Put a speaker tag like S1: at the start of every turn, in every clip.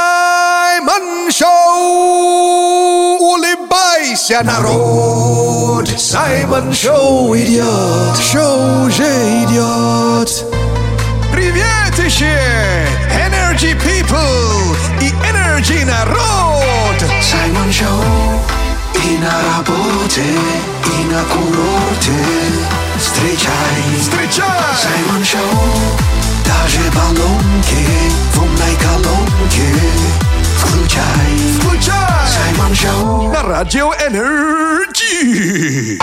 S1: Саймон Шоу! Улыбайся, народ! Саймон Шоу идет! Шоу уже идет! Приветище! Energy People и Energy Народ!
S2: Саймон Шоу И на работе, и на курорте Встречай
S1: Встречай!
S2: Саймон Шоу Даже баллонки в умной колонке Включай
S1: Включай!
S2: Саймон Шоу
S1: На радио Energy!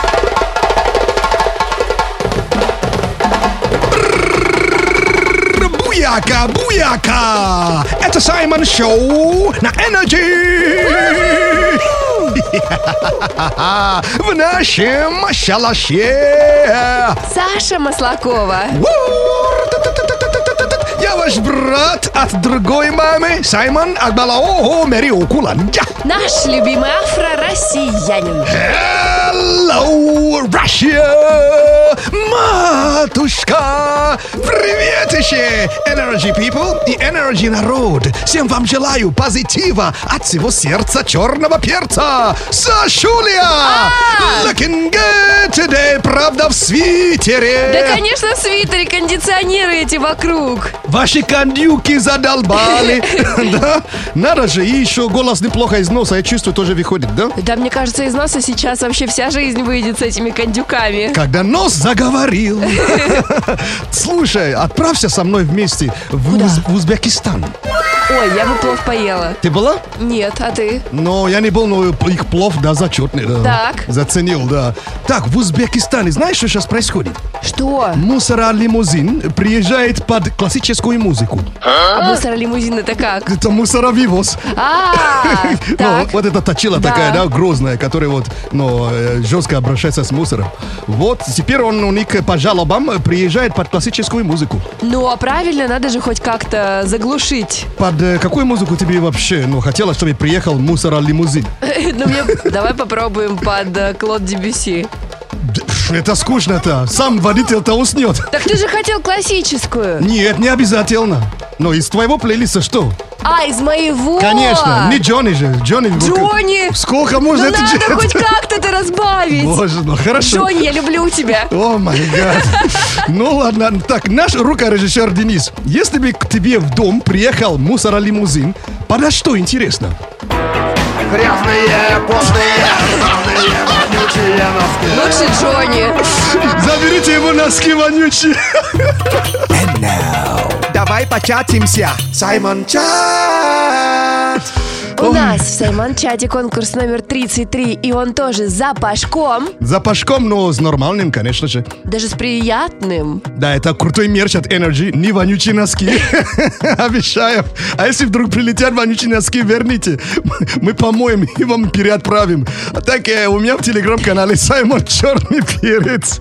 S1: Буяка, буяка! Это Саймон Шоу на Energy! В нашем шалаше!
S3: Саша Маслакова.
S1: Я ваш брат от другой мамы, Саймон Акбалао Мериокулан.
S3: Наш любимый афро-россиянин.
S1: Hello, Russia! Матушка! Приветище, Energy People и Energy Народ! Всем вам желаю позитива от всего сердца черного перца!
S3: А!
S1: Сашуля! Looking good today, правда, в свитере!
S3: Да, конечно, свитеры, кондиционеры эти вокруг.
S1: Ваши кондюки задолбали, да? Надо же, и еще голос неплохо из носа, я чувствую, тоже выходит, да?
S3: Да, мне кажется, из носа сейчас вообще вся жизнь выйдет с этими кондюками.
S1: Когда нос заговорил. Слушай, отправься со мной вместе в, Уз- в Узбекистан.
S3: Ой, я бы плов поела.
S1: Ты была?
S3: Нет, а ты?
S1: Но я не был, но их плов, да, зачетный, да.
S3: Так.
S1: Заценил, да. Так, в Узбекистане, знаешь, что сейчас происходит?
S3: Что?
S1: Мусора-лимузин приезжает под классическую музыку.
S3: А мусор-лимузин это как?
S1: Это мусоровивоз.
S3: А,
S1: Ну,
S3: так.
S1: вот эта точила
S3: Да.
S1: такая, да, грозная, которая вот, ну, э, жестко обращается с мусором. Вот, теперь он у них э, по жалобам э, приезжает под классическую музыку.
S3: Ну, а правильно, надо же хоть как-то заглушить.
S1: Под э, какую музыку тебе вообще, ну, хотелось, чтобы приехал мусора-лимузин?
S3: Ну, мне... Давай попробуем под э, Клод Дебюси.
S1: Да, ш, Это скучно-то, сам водитель-то уснет.
S3: Так ты же хотел классическую.
S1: Нет, не обязательно. Но из твоего плейлиста что?
S3: А, из моего?
S1: Конечно, не Джонни же. Джонни.
S3: Джонни!
S1: Сколько можно
S3: Ну
S1: это
S3: надо
S1: делать?
S3: хоть как-то это разбавить.
S1: Боже, ну хорошо.
S3: Джонни, я люблю тебя.
S1: О май гад. Ну ладно, так, наш рукорежиссер Денис, если бы к тебе в дом приехал мусоролимузин, подо что, интересно?
S2: Грязные, потные, грязные, вонючие носки
S3: Лучше Джонни.
S1: Заберите его носки вонючие.
S4: Давай початимся.
S2: Саймон Чат
S3: У нас в Саймон-чате конкурс номер 33, и он тоже за пашком,
S1: За пашком, но с нормальным, конечно же.
S3: даже с приятным.
S1: Да, это крутой мерч от Energy, не вонючие носки. Обещаю. А если вдруг прилетят вонючие носки, верните. Мы помоем и вам переотправим. А так, э, у меня в телеграм-канале Саймон Черный Перец.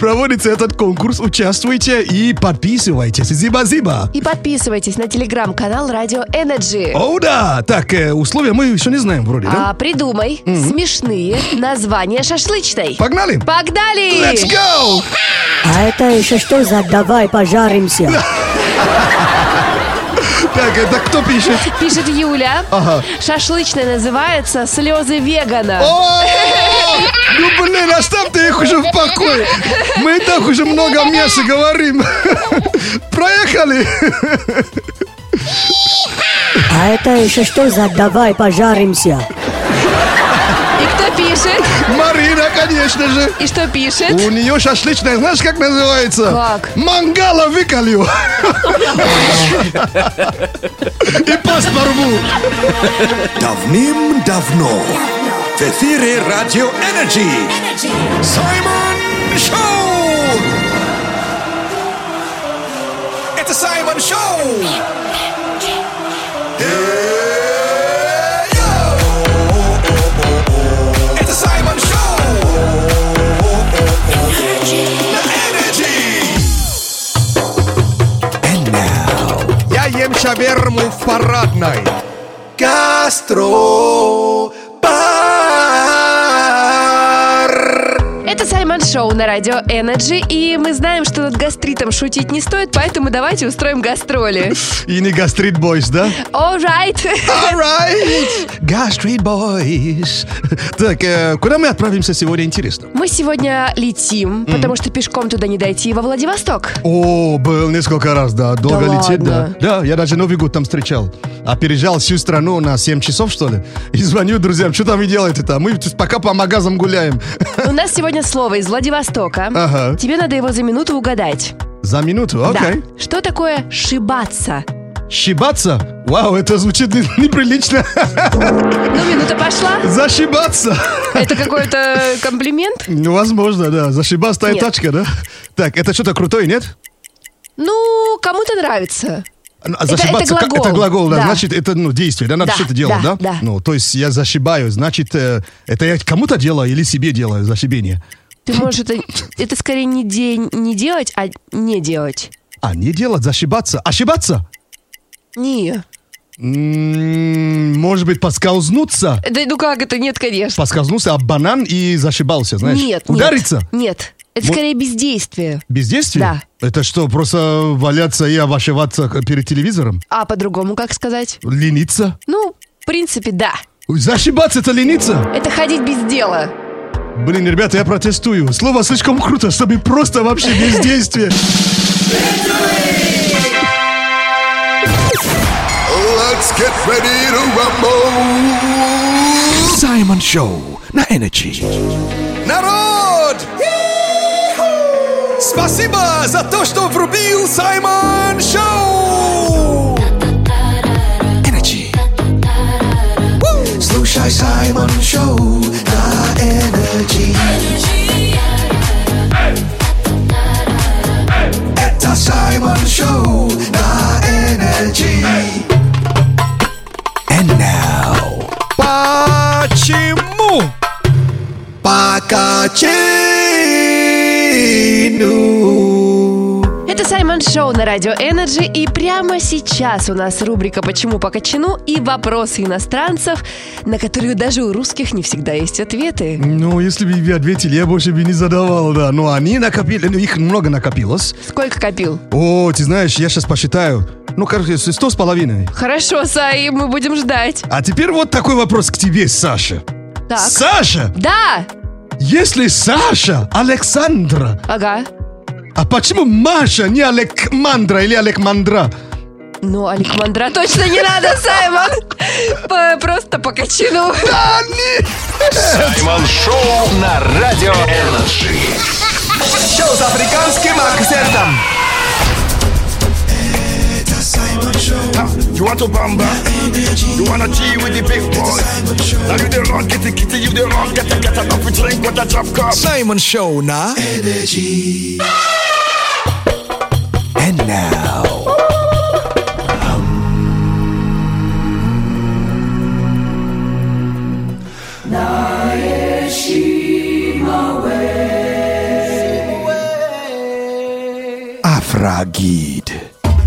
S1: Проводится этот конкурс. Участвуйте и подписывайтесь. Зиба-зиба.
S3: И подписывайтесь на телеграм-канал Радио Energy.
S1: О, да. Так, э, условия мы еще не знаем вроде, да?
S3: А придумай смешные названия шашлычной.
S1: Погнали. Let's
S3: Погнали!
S1: go!
S5: А это еще что за «давай пожаримся»?
S1: Так, это кто пишет?
S3: Пишет Юля.
S1: Ага.
S3: Шашлычная называется «Слезы вегана».
S1: О! Ну блин, оставь ты их уже в покое. Мы и так уже много мяса говорим. Проехали.
S5: А это еще что за «давай пожаримся»?
S3: И кто пишет?
S1: Марина, конечно же.
S3: И что пишет?
S1: У нее шашлычная, знаешь, как называется?
S3: Как?
S1: Мангала выколю. И пас порву.
S4: Давным-давно в эфире Радио Энерджи. Саймон Шоу! Это Саймон Шоу! Эй-йоу! Это Саймон Шоу! На Энерджи!
S1: Я ем шаверму в парадной.
S4: Гастро
S3: Это Саймон Шоу на радио Energy, и мы знаем, что над гастритом шутить не стоит, поэтому давайте устроим гастроли.
S1: И не гастрит бойс, да?
S3: All right.
S1: Alright! Gastric Boys. Так, э, куда мы отправимся сегодня, интересно?
S3: Мы сегодня летим, потому что пешком туда не дойти, во Владивосток.
S1: О, был несколько раз, да. Долго
S3: Да
S1: летит,
S3: ладно?
S1: да. Да, я даже Новый год там встречал. А переезжал всю страну на 7 часов, что ли. И звоню друзьям, что там вы делаете там? Мы тут пока по магазам гуляем.
S3: У нас сегодня слово из Владивостока.
S1: Ага.
S3: Тебе надо его за минуту угадать.
S1: За минуту, окей.
S3: Да. Что такое шибаться?
S1: Щибаться? Вау, это звучит не- неприлично.
S3: Ну, минута пошла.
S1: Зашибаться.
S3: Это какой-то комплимент?
S1: Ну, возможно, да. Зашибаться та и
S3: Нет.
S1: тачка, да? Так, это что-то крутое, нет?
S3: Ну, кому-то нравится.
S1: Ну, а Зашибаться,
S3: это
S1: как-
S3: глагол.
S1: это глагол, да,
S3: Да.
S1: значит, это ну, действие, да, надо
S3: Да,
S1: что-то делать, да?
S3: да, да.
S1: Ну, то есть я зашибаю, значит, э, это я кому-то делаю или себе делаю зашибение.
S3: Ты можешь это... Это скорее не, де- не делать, а не делать.
S1: А, не делать, зашибаться. Ошибаться?
S3: Не.
S1: М, М-м, Может быть, поскользнуться?
S3: Да ну как это? Нет, конечно.
S1: Поскользнулся об банан и зашибался, знаешь?
S3: Нет, нет.
S1: Удариться?
S3: Нет. Это
S1: Мо-
S3: скорее бездействие.
S1: Бездействие?
S3: Да.
S1: Это что, просто валяться и обошиваться перед телевизором?
S3: А по-другому как сказать?
S1: Лениться?
S3: Ну, в принципе, да.
S1: Зашибаться это лениться?
S3: Это ходить без дела.
S1: Блин, ребята, я протестую. Слово слишком круто, чтобы просто вообще бездействие.
S2: Let's get ready to rumble.
S4: Саймон Шоу на Энерджи. Народ! Йи-ху! Спасибо за то, что врубил Саймон Шоу! Энерджи. Ву! Слушай Саймон Шоу на Энерджи. Это Саймон Шоу на Энерджи. And now... Почему? Покачину.
S3: Это Саймон Шоу на Радио Энерджи, и прямо сейчас у нас рубрика «Почему по качану» и вопросы иностранцев, на которые даже у русских не всегда есть ответы.
S1: Ну, если бы вы ответили, я больше бы не задавал, да. Но они накопили, ну, их много накопилось.
S3: Сколько копил?
S1: О, ты знаешь, я сейчас посчитаю. Ну, короче, сто с половиной.
S3: Хорошо, Сай, мы будем ждать.
S1: А теперь вот такой вопрос к тебе, Саша.
S3: Так.
S1: Саша,
S3: Да!
S1: если Саша Александра,
S3: Ага.
S1: а почему Маша не Алекмандра или Алекмандра?
S3: Ну, Александра, точно не надо, Саймон! По- просто по качану.
S1: А, нет!
S6: Саймон Шоу на Радио Энерджи.
S4: Шоу с африканским акцентом.
S2: You want to bamba? You wanna G with the big boy? Now you the wrong, get the kitty, you the wrong, get the get up, we drink with the drop cup.
S4: Саймон Шоу на Энерджи. And now... Афрагид.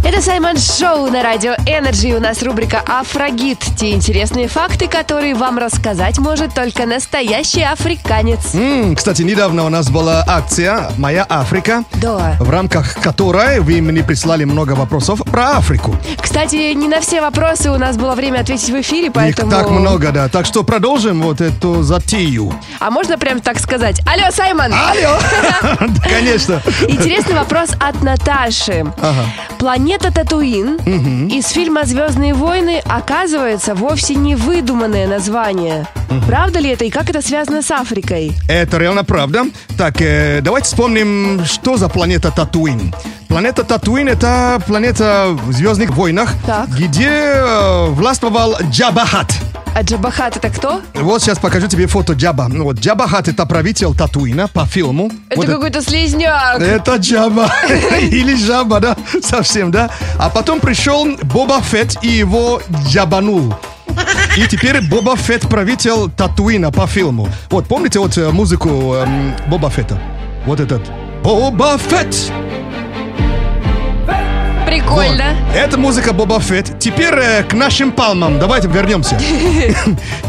S3: Это Саймон Шоу на Радио Энерджи. У нас рубрика «Афрагит». Те интересные факты, которые вам рассказать может только настоящий африканец.
S1: М, Кстати, недавно у нас была акция «Моя Африка»,
S3: Да.
S1: в рамках которой вы мне прислали много вопросов про Африку.
S3: Кстати, не на все вопросы у нас было время ответить в эфире, поэтому...
S1: Их так много, да. Так что продолжим вот эту затею.
S3: А можно прям так сказать? Алло, Саймон!
S1: Алло! Да, Конечно.
S3: Интересный вопрос от Наташи. Планета Татуин из фильма «Звездные войны» оказывается вовсе не выдуманное название. Правда ли это и как это связано с Африкой?
S1: Это реально правда. Так, э, давайте вспомним, что за планета Татуин. Планета Татуин — это планета в «Звездных войнах»,
S3: Так.
S1: где э, властвовал Джабахат.
S3: А Джабахат это кто?
S1: Вот сейчас покажу тебе фото Джаба. Ну, вот Джабахат — это правитель Татуина по фильму.
S3: Это Э,
S1: Вот
S3: какой-то слизняк.
S1: Это Джаба. Или Жаба, да? Совсем, да? А потом пришел Боба Фетт и его джабанул. И теперь Боба Фетт правитель Татуина по фильму. Вот, помните вот э, музыку эм, Боба Фетта? Вот этот. Боба Фетт!
S3: Прикольно.
S1: Вот. Это музыка Боба Фетт. Теперь э, к нашим палмам. Давайте вернемся.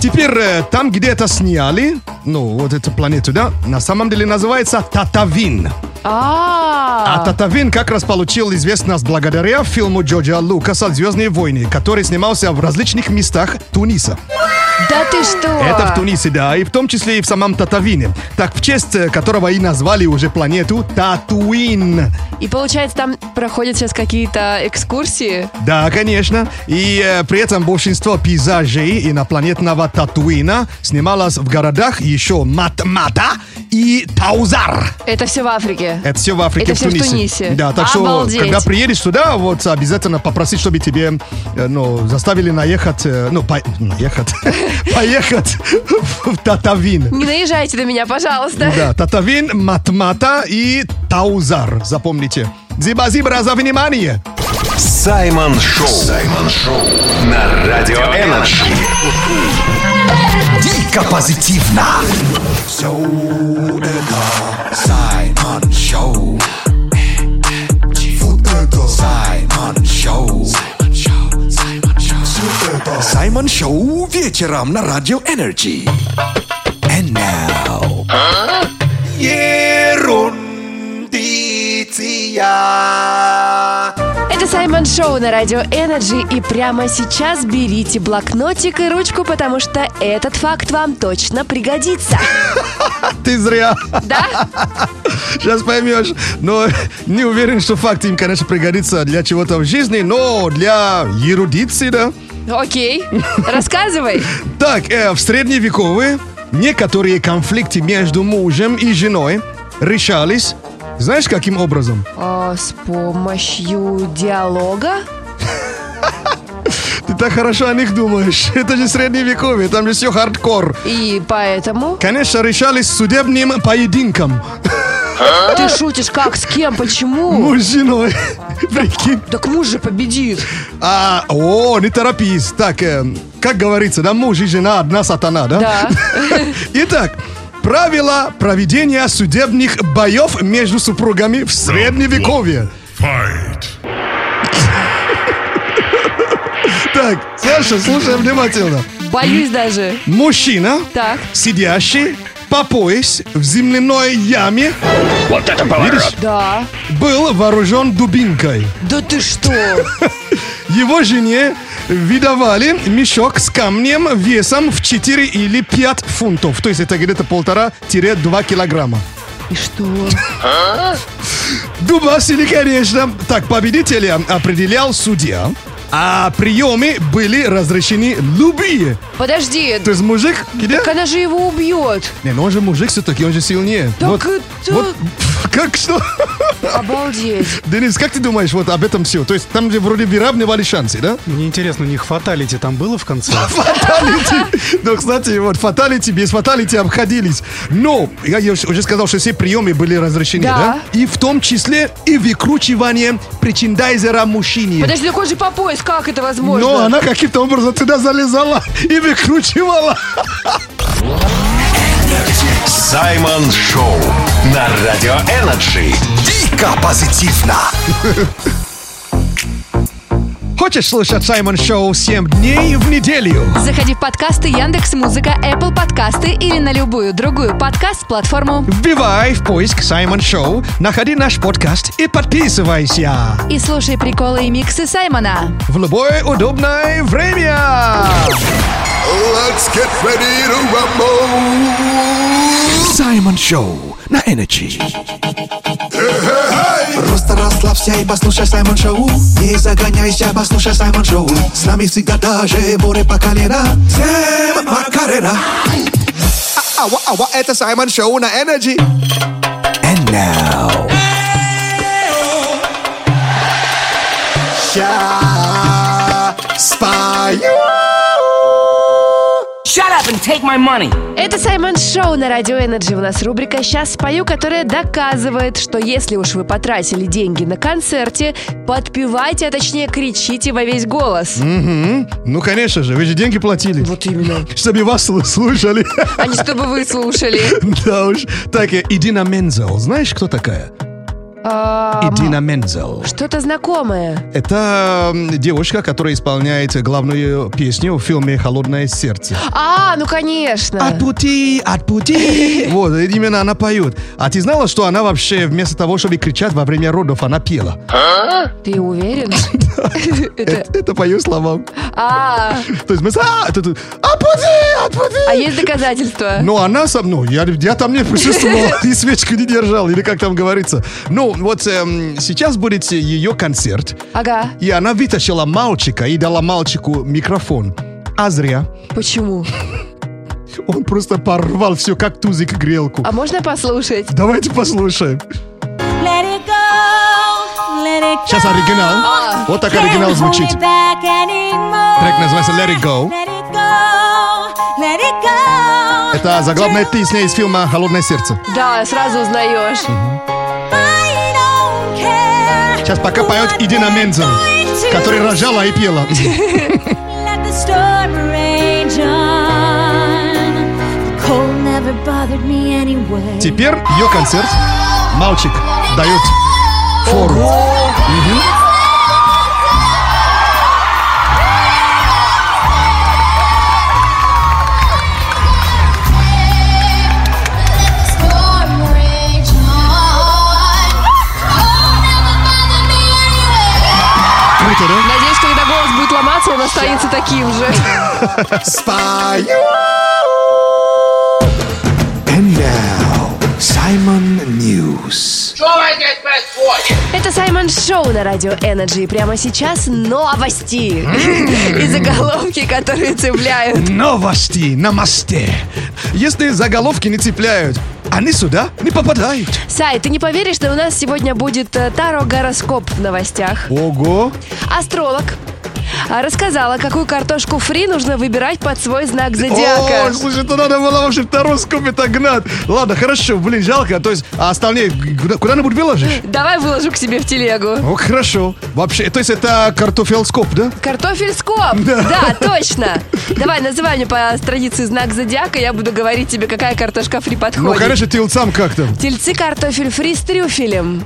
S1: Теперь э, там, где это сняли, ну, вот эту планету, да, на самом деле называется Татавин. А
S3: А,
S1: Татавин как раз получил известность благодаря фильму Джорджа Лукаса «Звездные войны», который снимался в различных местах Туниса.
S3: да ты что?
S1: Это в Тунисе, да, и в том числе и в самом Татавине. Так, в честь э, которого и назвали уже планету Татуин.
S3: И получается, там проходят сейчас какие-то экскурсии.
S1: Да, конечно. И э, при этом большинство пейзажей инопланетного Татуина снималось в городах еще Матмата и Таузар.
S3: Это все в Африке.
S1: Это все в Африке,
S3: Это всё в Тунисе.
S1: Да, так
S3: Обалдеть.
S1: что, когда приедешь туда, вот обязательно попроси, чтобы тебе, э, ну, заставили наехать, э, ну, по- наехать, поехать в Татавин.
S3: Не наезжайте на меня, пожалуйста.
S1: Да, Татавин, Матмата и Таузар, запомните. Зиба-зибра за внимание!
S6: Саймон Шоу. Саймон Шоу на Радио Энерджи. Дико позитивно.
S4: Саймон Шоу. Вот это Саймон Шоу. Саймон Шоу вечером на Радио Энерджи. And now... Ерундиция.
S3: Это Саймон Шоу на Радио Энерджи. И прямо сейчас берите блокнотик и ручку, потому что этот факт вам точно пригодится.
S1: Ты зря!
S3: Да?
S1: Сейчас поймешь. Но не уверен, что факт им, конечно, пригодится для чего-то в жизни, но для ерудиции, да?
S3: Окей. Рассказывай.
S1: Так, э, в средневековые некоторые конфликты между мужем и женой решались, знаешь, каким образом?
S3: А, с помощью диалога?
S1: Ты так хорошо о них думаешь. Это же средневековье, там же все хардкор.
S3: И поэтому...
S1: Конечно, решались судебным поединком.
S3: Ты шутишь как? С кем? Почему?
S1: Муж с женой. Прикинь.
S3: Так муж же победит.
S1: А, о, не торопись. Так, э, как говорится, да, муж и жена одна сатана, да?
S3: Да.
S1: Итак, правила проведения судебных боев между супругами в средневековье. Так, Саша, слушай внимательно.
S3: Боюсь даже.
S1: Мужчина,
S3: Так.
S1: сидящий по пояс в земляной яме,
S2: Вот это поворот.
S3: Да.
S1: был вооружен дубинкой.
S3: Да ты что?
S1: Его жене видовали мешок с камнем весом в 4 или 5 фунтов. То есть это где-то полтора-два килограмма.
S3: И что?
S1: Дубасили, конечно. Так, победителя определял судья. А приемы были разрешены любые.
S3: Подожди.
S1: То есть мужик, где?
S3: Так она же его убьет.
S1: Не, ну он же мужик все-таки, он же сильнее.
S3: Так
S1: вот,
S3: это-
S1: вот, как что?
S3: Обалдеть.
S1: Денис, как ты думаешь вот об этом все? То есть там же вроде выравнивали шансы, да?
S7: Мне интересно, у них фаталити там было в конце?
S1: Фаталити. Ну, кстати, вот фаталити, без фаталити обходились. Но, я я уж- уже сказал, что все приемы были разрешены, да?
S3: Да.
S1: И в том числе и выкручивание причиндайзера мужчине.
S3: Подожди, так он же по пояс, как это возможно?
S1: Но она каким-то образом туда залезала и выкручивала.
S6: Саймон Шоу на Радио Энерджи.
S4: Дико позитивно.
S1: Хочешь слушать Саймон Шоу 7 дней в неделю?
S3: Заходи в подкасты Яндекс Музыка, Apple подкасты или на любую другую подкаст-платформу.
S1: Вбивай в поиск Саймон Шоу, находи наш подкаст и подписывайся
S3: И слушай приколы и миксы Саймона.
S1: в любое удобное время.
S4: Let's get ready to rumble. Саймон Шоу на Energy. Просто расслабься и послушай Саймон Шоу. Не загоняйся, послушай Саймон Шоу. С нами всегда даже море по колено. Сэм Макарена. А- Ава, ава, это Саймон Шоу на Energy. And now. Я спою.
S8: Shut up and take my money.
S3: Это Саймон Шоу на Радио Энерджи. У нас рубрика «Сейчас спою», которая доказывает, что если уж вы потратили деньги на концерте, подпевайте, а точнее кричите во весь голос.
S1: Ну, конечно же, вы же деньги платили.
S3: Вот именно.
S1: Чтобы вас слу- слушали.
S3: А не чтобы вы слушали.
S1: Да уж. Так, э, Идина Мензел, знаешь, кто такая?
S3: А,
S1: И Дина Мензел.
S3: Что-то знакомое.
S1: Это м, девушка, которая исполняет главную песню в фильме «Холодное сердце».
S3: А, ну конечно.
S1: От пути, от пути. Вот, именно она поет. А ты знала, что она вообще вместо того, чтобы кричать во время родов, она пела?
S3: Ты уверен? Это-
S1: Это, это по ее словам.
S3: А,
S1: То есть мы... с- А, тут- тут, от пути, от пути.
S3: а есть доказательства?
S1: Но она со мной, я, я там не присутствовал и свечку не держал, или как там говорится. Ну, вот эм, сейчас будет ее концерт,
S3: Ага.
S1: и она вытащила мальчика и дала мальчику микрофон. А зря.
S3: Почему?
S1: Он просто порвал все, как тузик грелку.
S3: А можно послушать?
S1: Давайте послушаем.
S8: Let it go, let it
S1: Сейчас
S8: А.
S1: оригинал. Вот так оригинал звучит.
S8: Can't hold it back anymore.
S1: Трек называется Let It Go.
S8: Let it go, let it go.
S1: Это заглавная песня из фильма «Холодное сердце».
S3: Да, сразу узнаешь.
S8: I don't care
S1: Сейчас пока поет
S8: what
S1: Идина
S8: they're
S1: Мензел,
S8: doing to
S1: которая рожала и пела.
S8: Let the storm rage on. The cold never bothered me anyway.
S1: Теперь ее концерт. Мальчик дает фору. Мгм. Круто, да?
S3: Надеюсь, когда голос будет ломаться, он останется таким же.
S1: Спою.
S4: And now, Simon News.
S3: Это Саймон Шоу на Радио Энерджи. И прямо сейчас новости. И заголовки, которые цепляют.
S1: Новости на мосте. Если заголовки не цепляют, они сюда не попадают.
S3: Сай, ты не поверишь, но у нас сегодня будет э, Таро-гороскоп в новостях.
S1: Ого.
S3: Астролог а, рассказала, какую картошку фри нужно выбирать под свой знак
S1: О,
S3: зодиака.
S1: слушай, это надо было вообще второй скопе так гнать. Ладно, хорошо, блин, жалко. То есть, а остальные куда- куда-нибудь выложишь?
S3: Давай выложу к себе в телегу.
S1: О, хорошо. Вообще, то есть это картофелскоп, да?
S3: Картофель скоб! Да. точно! Давай, называй мне по странице знак зодиака, я буду говорить тебе, какая картошка фри подходит.
S1: Ну, конечно, телцам как-то.
S3: Тельцы картофель фри с трюфелем.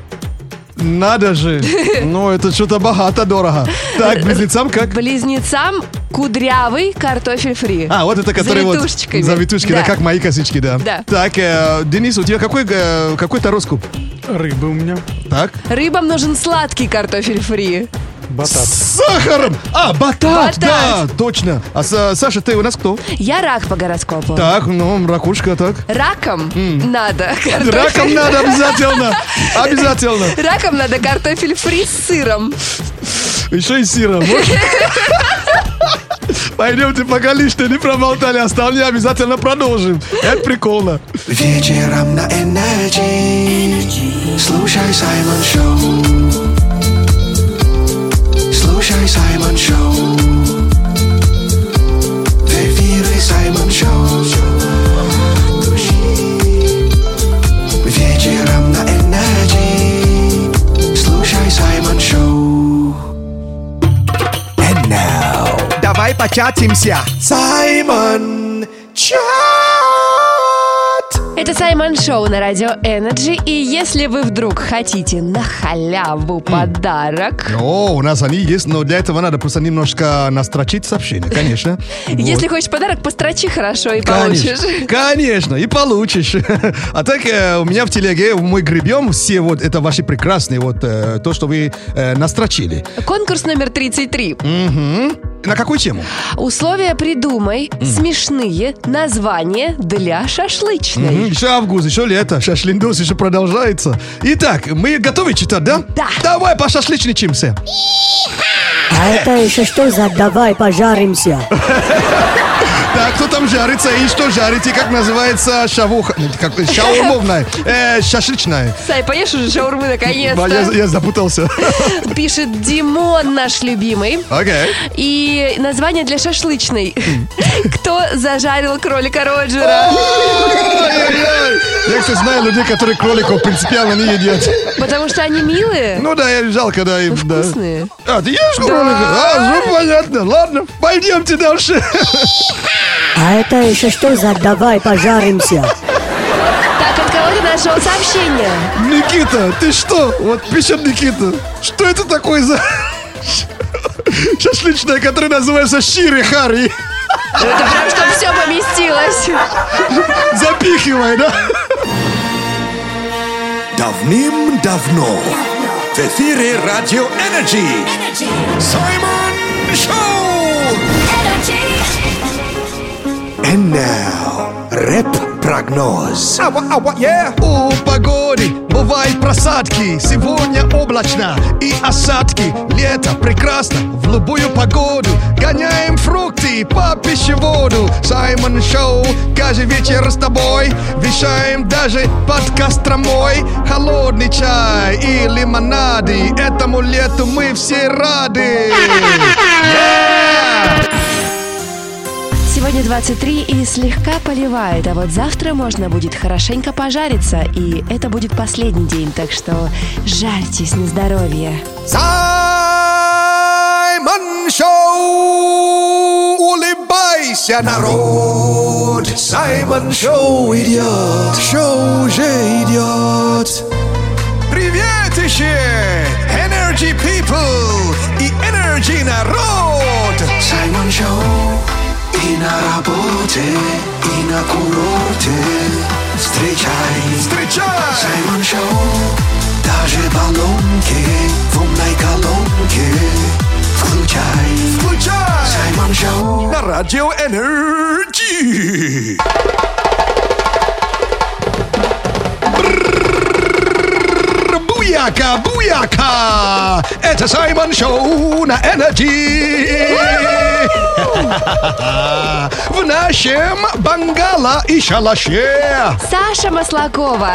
S1: Надо же. Ну, это что-то богато дорого. Так, близнецам как?
S3: Близнецам кудрявый картофель фри.
S1: А, вот это который
S3: Завитушечками.
S1: вот... Завитушки, да.
S3: Да.
S1: как мои косички, да.
S3: Да.
S1: Так, э, Денис, у тебя какой, э, какой тароскоп?
S7: Рыбы у меня.
S1: Так.
S3: Рыбам нужен сладкий картофель фри.
S7: Батат.
S1: С сахаром! А, батат!
S3: Батат! Э.
S1: Да, точно. А Са- Саша, ты у нас кто?
S3: Я рак по гороскопу.
S1: Так, ну, ракушка, так.
S3: Раком надо картофель.
S1: Раком надо обязательно! Обязательно!
S3: Раком надо картофель фри с сыром.
S1: Еще и сыра, может? Пойдемте, пока лишнее не проболтали, остальные обязательно продолжим. Это прикольно.
S4: Вечером на Energy. Слушай Саймон Шоу. Слушай Саймон Шоу. В эфире Саймон Шоу. Вечером на Energy. Слушай Саймон Шоу. And now. Давай початимся. Саймон Чат.
S3: Это Саймон Шоу на Радио Энерджи. И если вы вдруг хотите на халяву подарок,
S1: О, у нас они есть, но для этого надо просто немножко настрочить сообщение, конечно.
S3: если хочешь подарок, построчи хорошо и
S1: Конечно,
S3: получишь.
S1: Конечно, и получишь. А так э, у меня в телеге мы гребем все вот это ваши прекрасные вот э, то, что вы э, настрочили.
S3: Конкурс номер 33.
S1: Мгм. На какую тему?
S3: Условия придумай смешные названия для
S1: Мгм,
S3: шашлычной.
S1: Еще Ну, август, еще лето, шашлиндос еще продолжается. Итак, мы готовы читать, да?
S3: Да.
S1: Давай пошашлычничимся.
S5: А это еще что за «давай пожаримся»?
S1: Так, кто там жарится и что жарите, как называется шавуха, нет, как, шаурмовная, э, шашлычная.
S3: Сай, поешь уже шаурмы
S1: Ба, Я,
S3: наконец-то.
S1: я запутался.
S3: Пишет Димон, наш любимый.
S1: Окей.
S3: И название для шашлычной. Кто зажарил кролика Роджера?
S1: Ой-ой-ой. Я, кстати, знаю людей, которые кроликов принципиально не едят.
S3: Потому что они милые.
S1: Ну да, я жалко, да. им, да.
S3: вкусные.
S1: А, ты ешь кролика? А, ну понятно. Ладно, пойдемте дальше.
S5: А это еще что за «давай пожаримся»?
S3: Так, от кого ты нашего сообщения.
S1: Никита, ты что? Вот пишет Никита. Что это такое за... Шашлычная, которая называется Шири Хари.
S3: Ну, Это прям, чтобы все поместилось.
S1: Запихивай, да?
S4: Давним-давно в эфире Радио Энерджи Саймон Шоу! And now, рэп-прогноз.
S1: У погоды бывают просадки. Сегодня облачно и осадки. Лето прекрасно в любую погоду. Гоняем фрукты по пищеводу. Саймон Шоу каждый вечер с тобой. Вещаем даже под Костромой. Холодный чай и лимонады. Этому лету мы все рады.
S3: Сегодня 23 и слегка поливает, а вот завтра можно будет хорошенько пожариться, и это будет последний день, так что жарьтесь на здоровье.
S4: Саймон Шоу! Улыбайся, народ! Саймон Шоу идет! Шоу же идет! Привет еще! Energy People и Energy Народ! Саймон Шоу и на работе, и на курорте. Встречай!
S1: Встречай!
S4: Саймон Шоу Даже баллонки в умной колонке Включай
S1: Включай!
S4: Саймон Шоу
S1: на Радио Энерджи. Буяка, буяка! Это Саймон Шоу на Энерджи! В нашем бангала и шалаше!
S3: Саша Маслакова.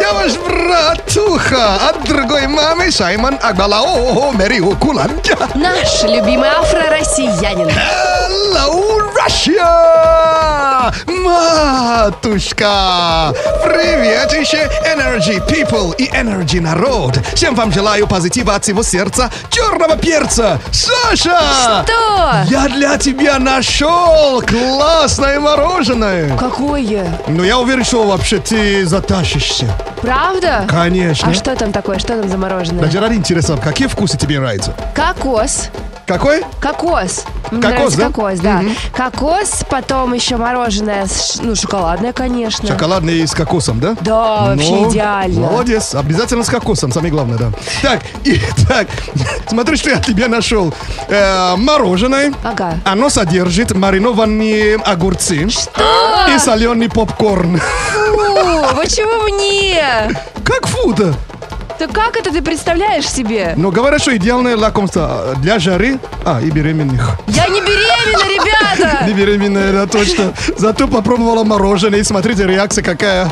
S1: Я ваш братуха от другой мамы Саймон Агбалао Мэрио Куланджа!
S3: Наш любимый афро-россиянин.
S1: Hello, Russia! Матушка! Привет еще Energy People и Energy Народ! Всем вам желаю позитива от всего сердца черного перца! Саша!
S3: Что?
S1: Я для тебя нашел классное мороженое!
S3: Какое?
S1: Ну, я уверен, что вообще ты затащишься.
S3: Правда?
S1: Конечно.
S3: А что там такое? Что там за мороженое?
S1: Даже ради интереса, какие вкусы тебе нравятся?
S3: Кокос.
S1: Какой?
S3: Кокос. Мне
S1: Кокос,
S3: нравится
S1: да?
S3: Кокос, да. Кокос, потом еще мороженое, с ш- ну, шоколадное, конечно.
S1: Шоколадный с кокосом, да?
S3: Да, вообще
S1: Ну,
S3: идеально.
S1: Молодец. Обязательно с кокосом, самое главное, да. Так, и так, смотри, что я от тебя нашел. Э, мороженое.
S3: Ага.
S1: Оно содержит маринованные огурцы.
S3: Что?
S1: И соленый попкорн.
S3: Фу, почему мне?
S1: Как фу-то?
S3: Да как это ты представляешь себе?
S1: Но говорят, что идеальное лакомство для жары, а, и беременных.
S3: Я не беременна,
S1: Не
S3: ребята!
S1: беременная, да, точно. Зато попробовала мороженое, и смотрите, реакция какая.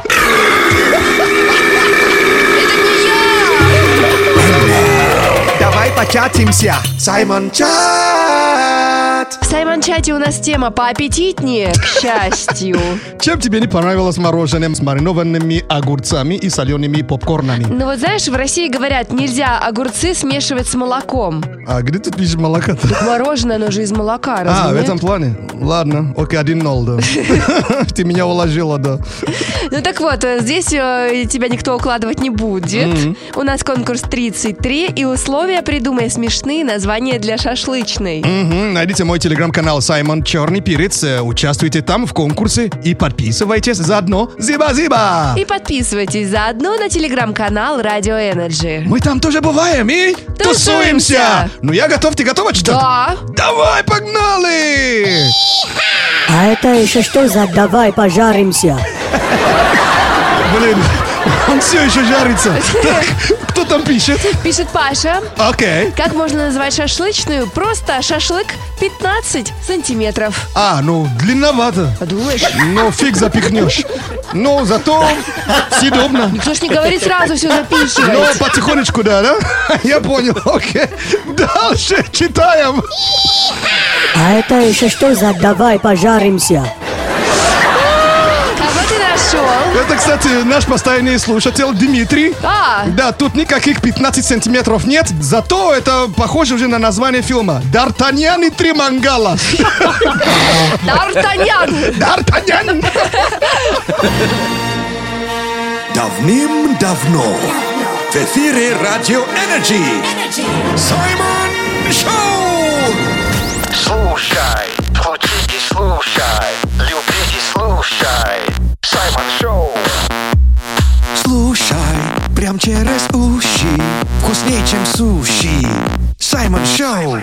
S4: Давай початимся Саймон Чат
S3: В Саймон Чате у нас тема поаппетитнее, к счастью.
S1: Чем тебе не понравилось мороженое с маринованными огурцами и солеными попкорнами?
S3: Но Ну, вот знаешь, в России говорят, нельзя огурцы смешивать с молоком.
S1: А где тут видишь молока-то?
S3: Мороженое, оно же из молока, разве
S1: А, в
S3: нет?
S1: этом плане. Ладно, окей, один нол, да. Ты меня уложила, да.
S3: Ну так вот, э, здесь э, тебя никто укладывать не будет. У нас конкурс 33, и условия придумай смешные названия для шашлычной.
S1: Мгм, Найдите мой телеграм-канал Саймон Черный Перец, э, участвуйте там в конкурсе и подписывайтесь заодно. Зиба-зиба!
S3: И подписывайтесь заодно на телеграм-канал Радио Энерджи.
S1: Мы там тоже бываем и
S3: Тусуемся!
S1: тусуемся! Ну я готов, ты готова читать?
S3: Да.
S1: Давай, погнали!
S5: А это еще что за «давай пожаримся»?
S1: Блин, он все еще жарится. Так, кто там пишет?
S3: Пишет Паша.
S1: Окей.
S3: Как можно называть шашлычную? Просто шашлык 15 сантиметров.
S1: А, ну, длинновато.
S3: Подумаешь?
S1: Но фиг запихнешь. Но зато съедобно.
S3: Кто ж не говорит сразу все
S1: Ну,
S3: запихивать?
S1: потихонечку, да, да? Я понял, окей. Дальше читаем.
S5: А это еще что за «давай пожаримся»?
S3: А Кого ты нашел?
S1: Это, кстати, наш постоянный слушатель Дмитрий.
S3: А.
S1: Да, тут никаких 15 сантиметров нет, зато это похоже уже на название фильма. Д'Артаньян и три мангала.
S3: Д'Артаньян!
S1: Д'Артаньян!
S9: Давным-давно в эфире Радио Энерджи Саймон Шоу!
S10: Слушай, крути и слушай, люби и слушай. Саймон Шоу.
S4: Слушай, прям через уши, вкуснее, чем суши. Саймон Шоу.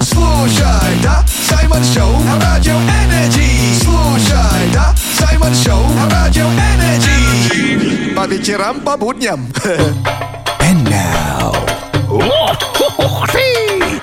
S4: Слушай, да, Саймон Шоу на Радио Энерджи. Слушай, да, Саймон Шоу на Радио Энерджи. По вечерам, по будням. And now.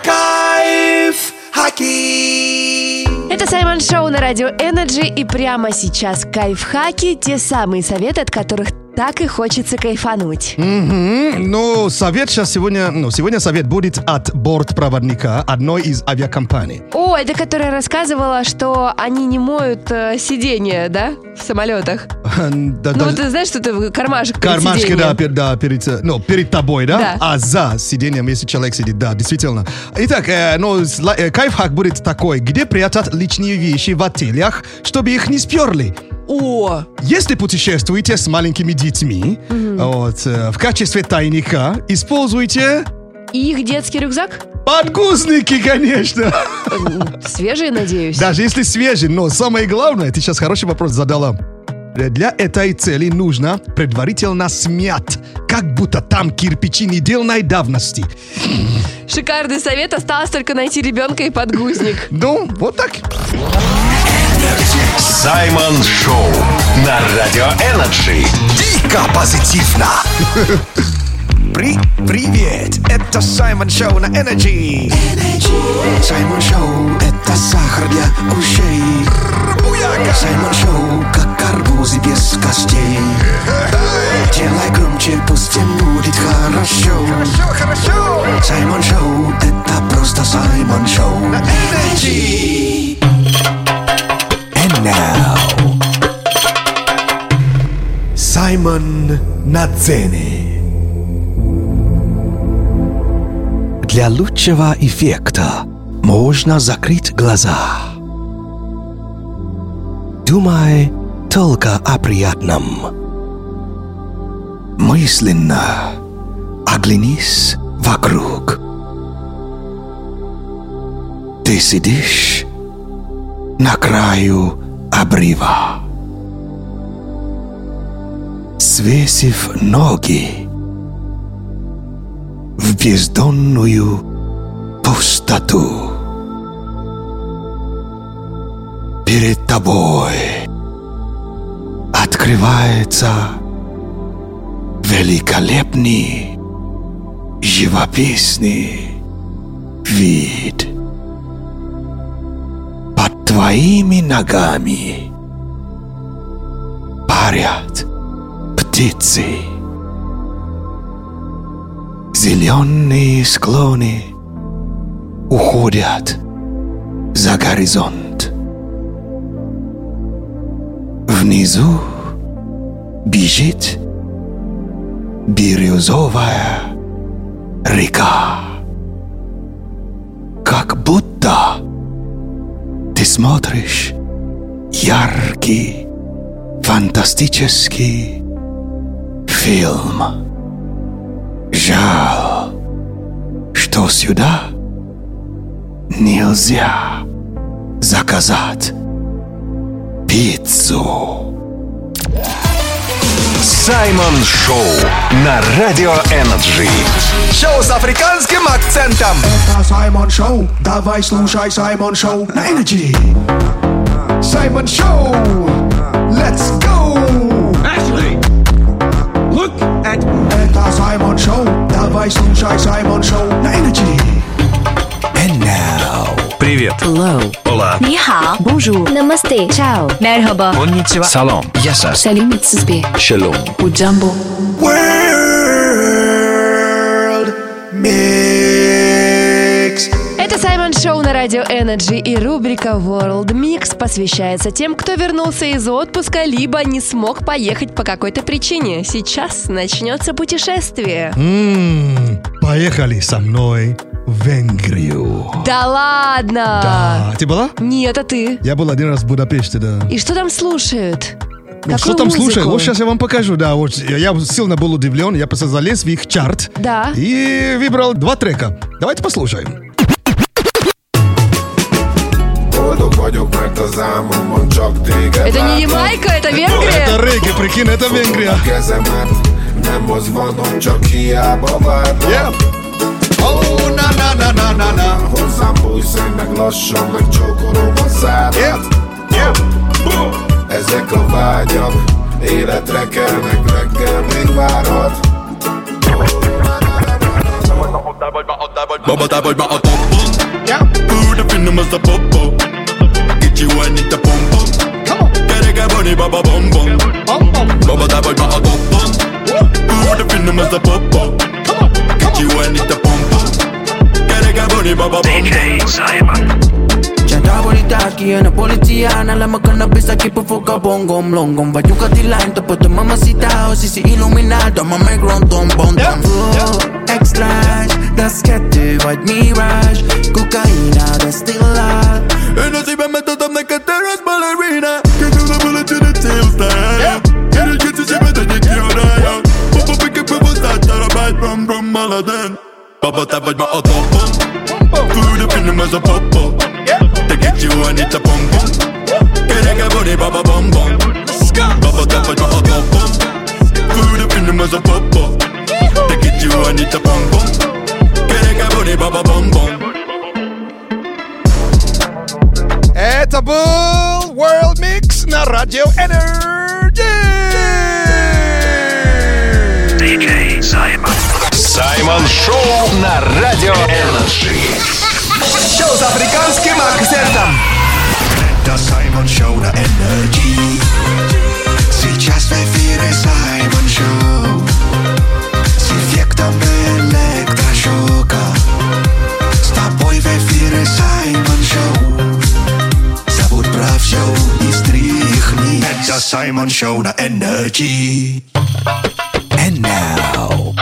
S4: Кайф Хаки.
S3: Это Саймон Шоу на Радио Энерджи. И прямо сейчас кайфхаки, те самые советы, от которых так и хочется кайфануть.
S1: Ну, совет сейчас сегодня... Ну, сегодня совет будет от бортпроводника одной из авиакомпаний.
S3: О, это которая рассказывала, что они не моют э, сиденья, да, в самолетах.
S1: Да,
S3: Ну,
S1: даже-
S3: вот ты знаешь, что ты в кармашек перед
S1: Кармашки, да,
S3: сиденьем.
S1: пер- да, перед, э, ну, перед тобой, да?
S3: Да.
S1: А за сиденьем, если человек сидит, да, действительно. Итак, э, ну, с- ла- э, кайфхак будет такой. Где прятать личные вещи в отелях, чтобы их не сперли?
S3: О,
S1: Если путешествуете с маленькими детьми, вот, э, в качестве тайника используйте
S3: и их детский рюкзак?
S1: подгузники, конечно.
S3: М, Свежий, надеюсь.
S1: Даже если свежий, но самое главное, ты сейчас хороший вопрос задала. Э, Для этой цели нужно предварительно смят, как будто там кирпичи недельной давности.
S3: Шикарный совет. Осталось только найти ребенка и подгузник.
S1: Ну, вот так.
S6: Саймон Шоу на Радио Энерджи.
S9: Дико позитивно!
S4: При привет, это Саймон Шоу на Energy. Саймон Шоу, это сахар для ушей. Саймон Шоу, как арбузы без костей. Делай громче, пусть всем будет хорошо. Саймон Шоу, это просто Саймон Шоу на Energy. And now, Саймон на цене. Для лучшего эффекта можно закрыть глаза. Думай только о приятном. Мысленно оглянись вокруг. Ты сидишь на краю обрыва. Свесив ноги, в бездонную пустоту. Перед тобой открывается великолепный живописный вид. Под твоими ногами парят птицы зеленые склоны уходят за горизонт. Внизу бежит бирюзовая река. Как будто ты смотришь яркий фантастический фильм. Жаль, что сюда нельзя заказать пиццу.
S6: Саймон Шоу на Радио Энерджи.
S9: Шоу с африканским акцентом!
S4: Это Саймон Шоу. Давай слушай Саймон Шоу на Energy. Саймон Шоу. Let's go. Это Саймон Шоу. Давай слушай Саймон Шоу на Energy. And now.
S6: Привет.
S8: Намасте. Чао. Мерхаба.
S6: Салом.
S8: Салим Цзби.
S6: Шалом.
S8: Уджамбо.
S9: World Mix
S3: Это Это Саймон Шоу на Радио Energy и рубрика World Mix посвящается тем, кто вернулся из отпуска, либо не смог поехать по какой-то причине. Сейчас начнется путешествие.
S1: М, М-м-м. Поехали со мной в Венгрию.
S3: Да ладно!
S1: Да. Ты была?
S3: Нет, а ты?
S1: Я был один раз в Будапеште, да.
S3: И что там слушают?
S1: Ну,
S3: Какую
S1: что там
S3: музыку?
S1: слушай? Вот сейчас я вам покажу, да. Вот я, я сильно был удивлен, я просто залез в их чарт
S3: Да.
S1: и выбрал два трека. Давайте послушаем.
S2: Vagyok, vagyok, mert az álmomban csak téged
S3: Это не
S2: látok.
S3: Ямайка, это
S1: Это
S3: Венгрия?
S1: регги, прикинь, это Венгрия.
S2: A kezemet nem mozgatom, csak hiába várnak
S1: Yeah.
S9: Oh, na na na na na na.
S2: Hozzám bújszaj meg lassan, meg csókolom a szádat Ezek a vágyak életre kelnek, reggel még várhat
S11: Bubble double bottle pop pop. Yeah. Food up in the must pop pop. Get you one it the pom pom. Come on. Gotta get money baba bom bom. Bubble double bottle pop pop. Food up in the must pop pop. Come on. Get you one it the pom pom. Gotta get money baba bom bom.
S12: Chanda bonita aquí en la politiana La macana pisa aquí por foca bongom longom Bayuca tilante pues tu mamacita O si si iluminado mame grondom bondom X-Lash, das Kette weit Mirage Kokaina, Destillat
S11: En así me meto donde que te eres ballerina. Que tú no bullet to the tail style. Quieres que te lleve de quiero. Pop pop que puedo saltar a bad rum rum maladen. Bubble double bottle pop pop. Food up in the mess of pop pop. To get you I need to pump pump. Get a body baba bum bum. Bubble double bottle pop pop. Food up in the mess of pop pop. To get you I need to pump pump. Get a body baba bum bum.
S9: Это был World Mix на радио Energy.
S6: Диджей Саймон. Саймон Шоу на Радио Энерджи.
S9: Шоу с африканским акцентом.
S4: Это Саймон Шоу на Energy. Сейчас в эфире Саймон Шоу. С эффектом электрошока. С тобой в эфире Саймон Шоу. Зовут прав Шоу и стряхни. Это Саймон Шоу на Energy. And now...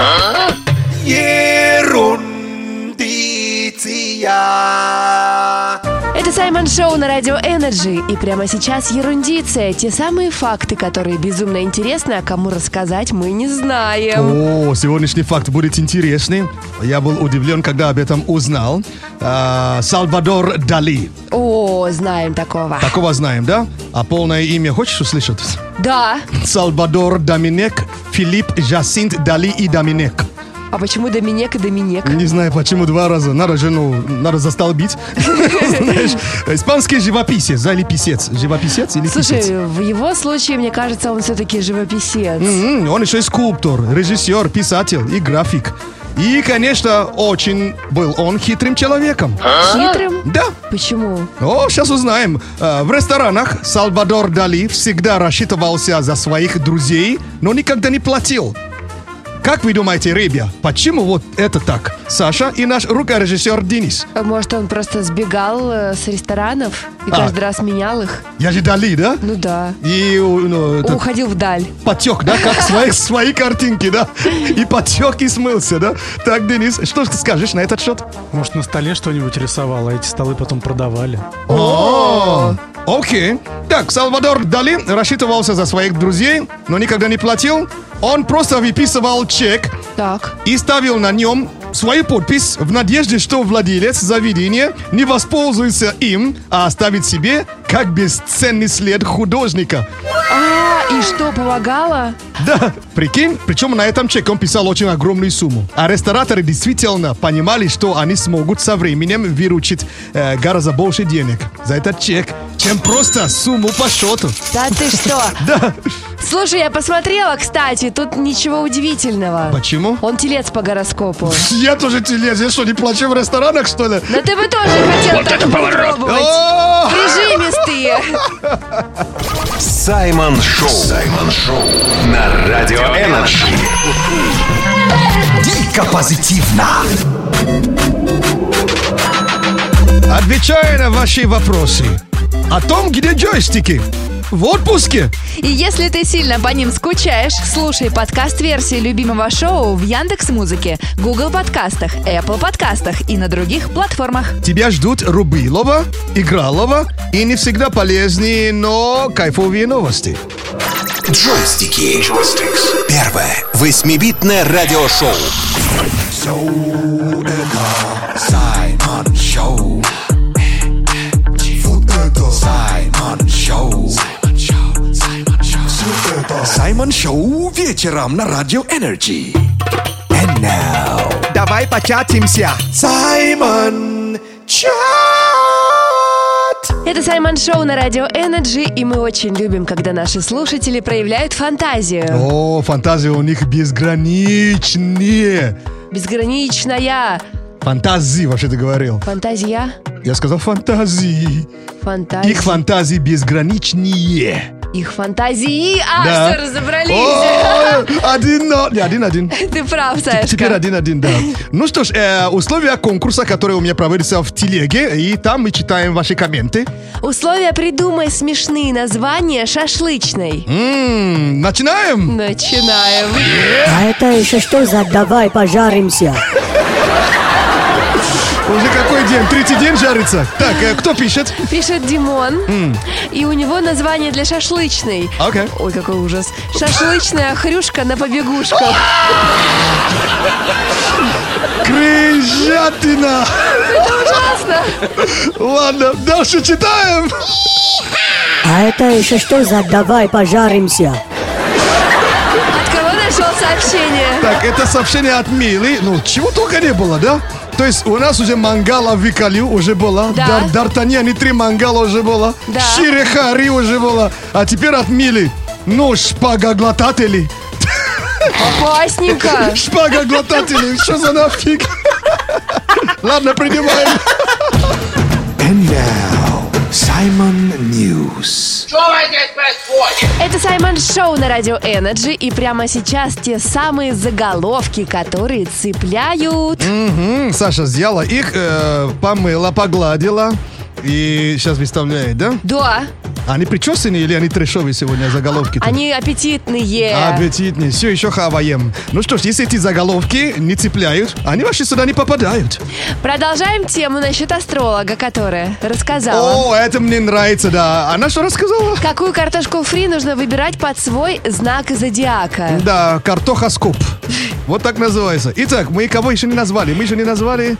S9: Ерундиция.
S3: Это Саймон Шоу на Радио Energy. И прямо сейчас ерундиция. Те самые факты, которые безумно интересны, а кому рассказать мы не знаем.
S1: О, сегодняшний факт будет интересный. Я был удивлен, когда об этом узнал. А, Сальвадор Дали.
S3: О, знаем такого.
S1: Такого знаем, да? А полное имя хочешь услышать?
S3: Да.
S1: Сальвадор Доминек Филипп Жасинт Дали и Доминек.
S3: А почему Доминек и Доминек?
S1: Не знаю, почему два раза. Надо жену, надо застолбить. Знаешь, испанский живописец, да, или писец? Живописец или писец?
S3: Слушай, в его случае, мне кажется, он все-таки живописец.
S1: Мгм, Он еще и скульптор, режиссер, писатель и график. И, конечно, очень был он хитрым человеком.
S3: А? Хитрым?
S1: Да.
S3: Почему?
S1: О, сейчас узнаем. Э, В ресторанах Сальвадор Дали всегда рассчитывался за своих друзей, но никогда не платил. Как вы думаете, ребя, почему вот это так? Саша и наш рукорежиссер Денис.
S3: А Может, он просто сбегал э, с ресторанов и
S1: А.
S3: каждый раз менял их?
S1: Я же Дали, да?
S3: Ну да.
S1: И ну, этот
S3: Уходил вдаль.
S1: потек, да, как свои, свои картинки, да? И потек и смылся, да? Так, Денис, что ты скажешь на этот счет?
S7: Может, на столе что-нибудь рисовал, а эти столы потом продавали.
S1: О, окей. Так, Салвадор Дали рассчитывался за своих друзей, но никогда не платил. Он просто выписывал чек
S3: Так.
S1: и ставил на нем свою подпись в надежде, что владелец заведения не воспользуется им, а оставит себе как бесценный след художника.
S3: А, и что, помогало?
S1: Да, прикинь, причем на этом чеке он писал очень огромную сумму. А рестораторы действительно понимали, что они смогут со временем выручить э, гораздо больше денег за этот чек, чем просто сумму по счету.
S3: Да ты что?
S1: Да.
S3: Слушай, я посмотрела, кстати, тут ничего удивительного.
S1: Почему?
S3: Он телец по гороскопу.
S1: Я тоже телец, я что, не плачу в ресторанах, что ли?
S3: Да ты бы тоже хотел
S1: Вот
S3: так
S1: это поворот!
S3: попробовать. Прижимистые.
S6: Саймон Шоу. Саймон Шоу на Радио Энерджи.
S9: Дико позитивно.
S1: Отвечая на ваши вопросы о том, где джойстики, в отпуске.
S13: И если ты сильно по ним скучаешь, слушай подкаст-версии любимого шоу в Яндекс Музыке, Google подкастах, Apple подкастах и на других платформах.
S1: Тебя ждут Рубилова, Игралова и не всегда полезные, но кайфовые новости.
S14: Джойстики. Джойстикс. Первое. Восьмибитное радиошоу.
S4: So это Саймон Шоу. Вот это Саймон Шоу. Всё это Саймон Шоу вечером на Радио Энерджи. And now... Давай початимся. Саймон
S3: Это Саймон Шоу на Радио Энерджи, и мы очень любим, когда наши слушатели проявляют фантазию.
S1: О, фантазии у них безграничные.
S3: Безграничная
S1: Фантазии, вообще ты говорил.
S3: фантазия.
S1: Я сказал фантазии.
S3: Фантазия.
S1: Их фантазии безграничнее.
S3: Их фантазии. А,
S1: Да.
S3: что, разобрались?
S1: Ой, Один, но- не, один-один.
S3: Ты прав, Сашка.
S1: Теперь один-один, да. Ну что ж, э, условия конкурса, который у меня проводится в телеге, и там мы читаем ваши комменты.
S3: Условия придумай смешные названия шашлычной.
S1: М, М-м, начинаем?
S3: Начинаем.
S5: А это еще что за давай пожаримся?
S1: Уже какой день? Третий день жарится. Так, э, кто пишет?
S3: Пишет Димон,
S1: М.
S3: и у него название для шашлычной.
S1: Окей.
S3: Ой, какой ужас. Шашлычная хрюшка на побегушках.
S1: Крыжатина!
S3: Это ужасно.
S1: Ладно, дальше читаем.
S5: А это еще что за давай пожаримся?
S3: От кого нашел сообщение?
S1: Так, это сообщение от Милы. Ну, чего только не было, да? То есть у нас уже мангала в Икалю уже была.
S3: Да.
S1: Дар- Д'Артаньян и три мангала уже было.
S3: Да.
S1: Ширехари уже было. А теперь от Милы. Ну, шпагоглотатели.
S3: Опасненько.
S1: Шпагоглотатели. Что за нафиг? Ладно, принимаем.
S4: And now, Simon News.
S3: Это Саймон Шоу на Радио Энерджи, и прямо сейчас те самые заголовки, которые цепляют.
S1: Мгм, Саша сделала их, э, помыла, погладила. И сейчас выставляет, да? А
S3: Да,
S1: Они причесанные или они трешовые сегодня заголовки-то?
S3: они аппетитные.
S1: Аппетитнее, все еще хаваем. Ну что ж, если эти заголовки не цепляют, они вообще сюда не попадают.
S3: Продолжаем тему насчет астролога, которая рассказала.
S1: О, это мне нравится, да. Она что рассказала?
S3: Какую картошку фри нужно выбирать под свой знак зодиака?
S1: Да, картохоскоп. Вот так называется. Итак, мы кого еще не назвали? Мы еще не назвали...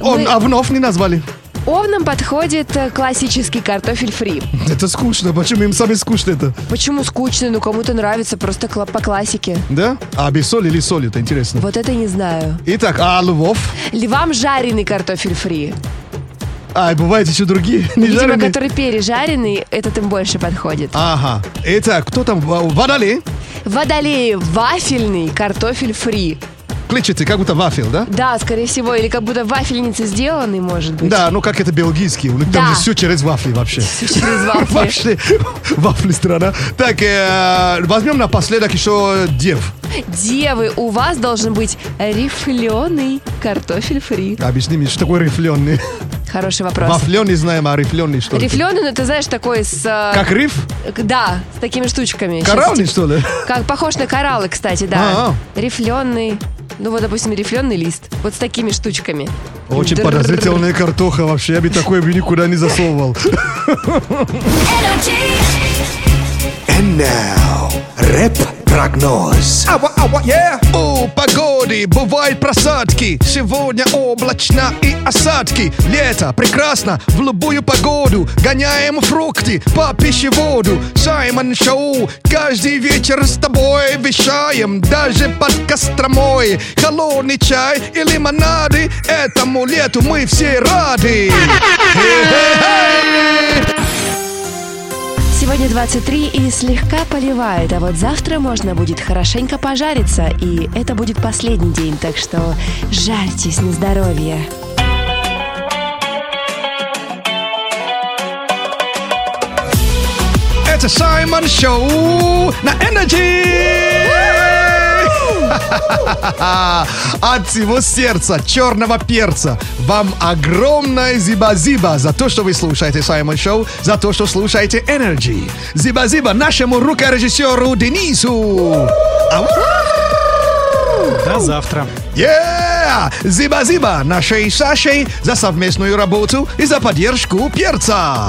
S1: Он,
S3: Мы-
S1: Овнов не назвали.
S3: Овнам подходит э, классический картофель фри.
S1: Это скучно, почему им самое скучно это?
S3: Почему скучно? Ну, кому-то нравится просто кла- по классике.
S1: Да? А без соли или соли, это интересно.
S3: Вот это не знаю.
S1: Итак, а Львов?
S3: Львам жареный картофель фри.
S1: А, бывают еще другие, не А.
S3: Видимо,
S1: жареные?
S3: который пережаренный, этот им больше подходит.
S1: Ага. Итак, кто там? Во- Водолей?
S3: Водолеи вафельный картофель фри.
S1: Кличите, как будто вафель, да?
S3: Да, скорее всего, или как будто вафельницы сделанный, может быть.
S1: Да, ну как это белгийский, у них
S3: Да.
S1: там же все через вафли вообще. Все
S3: через вафли.
S1: Вообще, вафли страна. Так, э, возьмем напоследок еще дев.
S3: Девы, у вас должен быть рифленый картофель фри.
S1: Объясни мне, что такое рифленый?
S3: Хороший вопрос.
S1: Вафленый знаем, а рифленый что это?
S3: Рифленый, ну ты знаешь, такой с... э,
S1: Как риф?
S3: к- Да, с такими штучками. Щас-
S1: Кораллы, что ли?
S3: Как, похож на кораллы, кстати, да. Рифленый. Ну вот, допустим, рифленый лист. Вот с такими штучками.
S1: Очень
S3: Дрррр.
S1: подозрительная картоха вообще, я бы такое бы никуда не засовывал.
S4: And now, рэп-прогноз.
S1: Ава, ава, У погоды бывают просадки Сегодня облачно и осадки Лето прекрасно в любую погоду Гоняем фрукты по пищеводу Саймон Шоу каждый вечер с тобой Вещаем даже под Костромой Холодный чай и лимонады Этому лету мы все рады
S3: Сегодня 23 и слегка поливает, а вот завтра можно будет хорошенько пожариться, и это будет последний день, так что жарьтесь на здоровье.
S1: Это Саймон Шоу на Energy! От всего сердца черного перца вам огромное зиба-зиба за то, что вы слушаете Саймон Шоу, за то, что слушаете Energy. Зиба-зиба нашему рукорежиссеру Денису. Ау!
S7: До завтра.
S1: Yeah! Зиба-зиба нашей Сашей за совместную работу и за поддержку перца.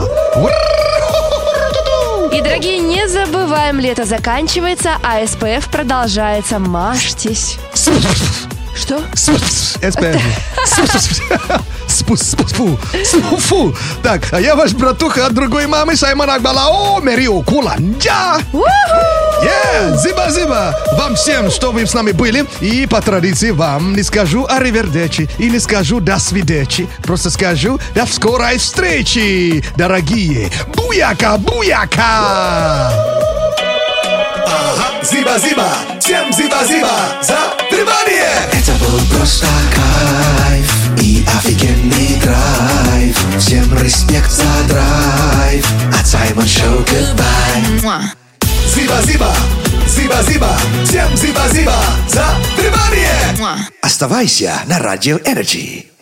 S3: И, дорогие, не забываем, лето заканчивается, а СПФ продолжается. Мажьтесь. Что?
S1: СПФ. Спу, спу, спу, спу, фу. Так, а я ваш братуха от другой мамы Саймон Акбалао, Мерио Куланджа. Yeah, зиба-зиба! Вам всем, что вы с нами были. И по традиции вам не скажу о ревердечи и не скажу до свидечи. Просто скажу до скорой встречи, дорогие. Буяка, буяка!
S4: Ага, зиба-зиба, всем зиба-зиба за внимание! Это был просто кайф и офигенный драйв. Всем респект за драйв. От Саймон Шоу goodbye. Зиба-зиба, зиба-зиба, всем зиба-зиба за внимание! Оставайся на Радио Энерджи.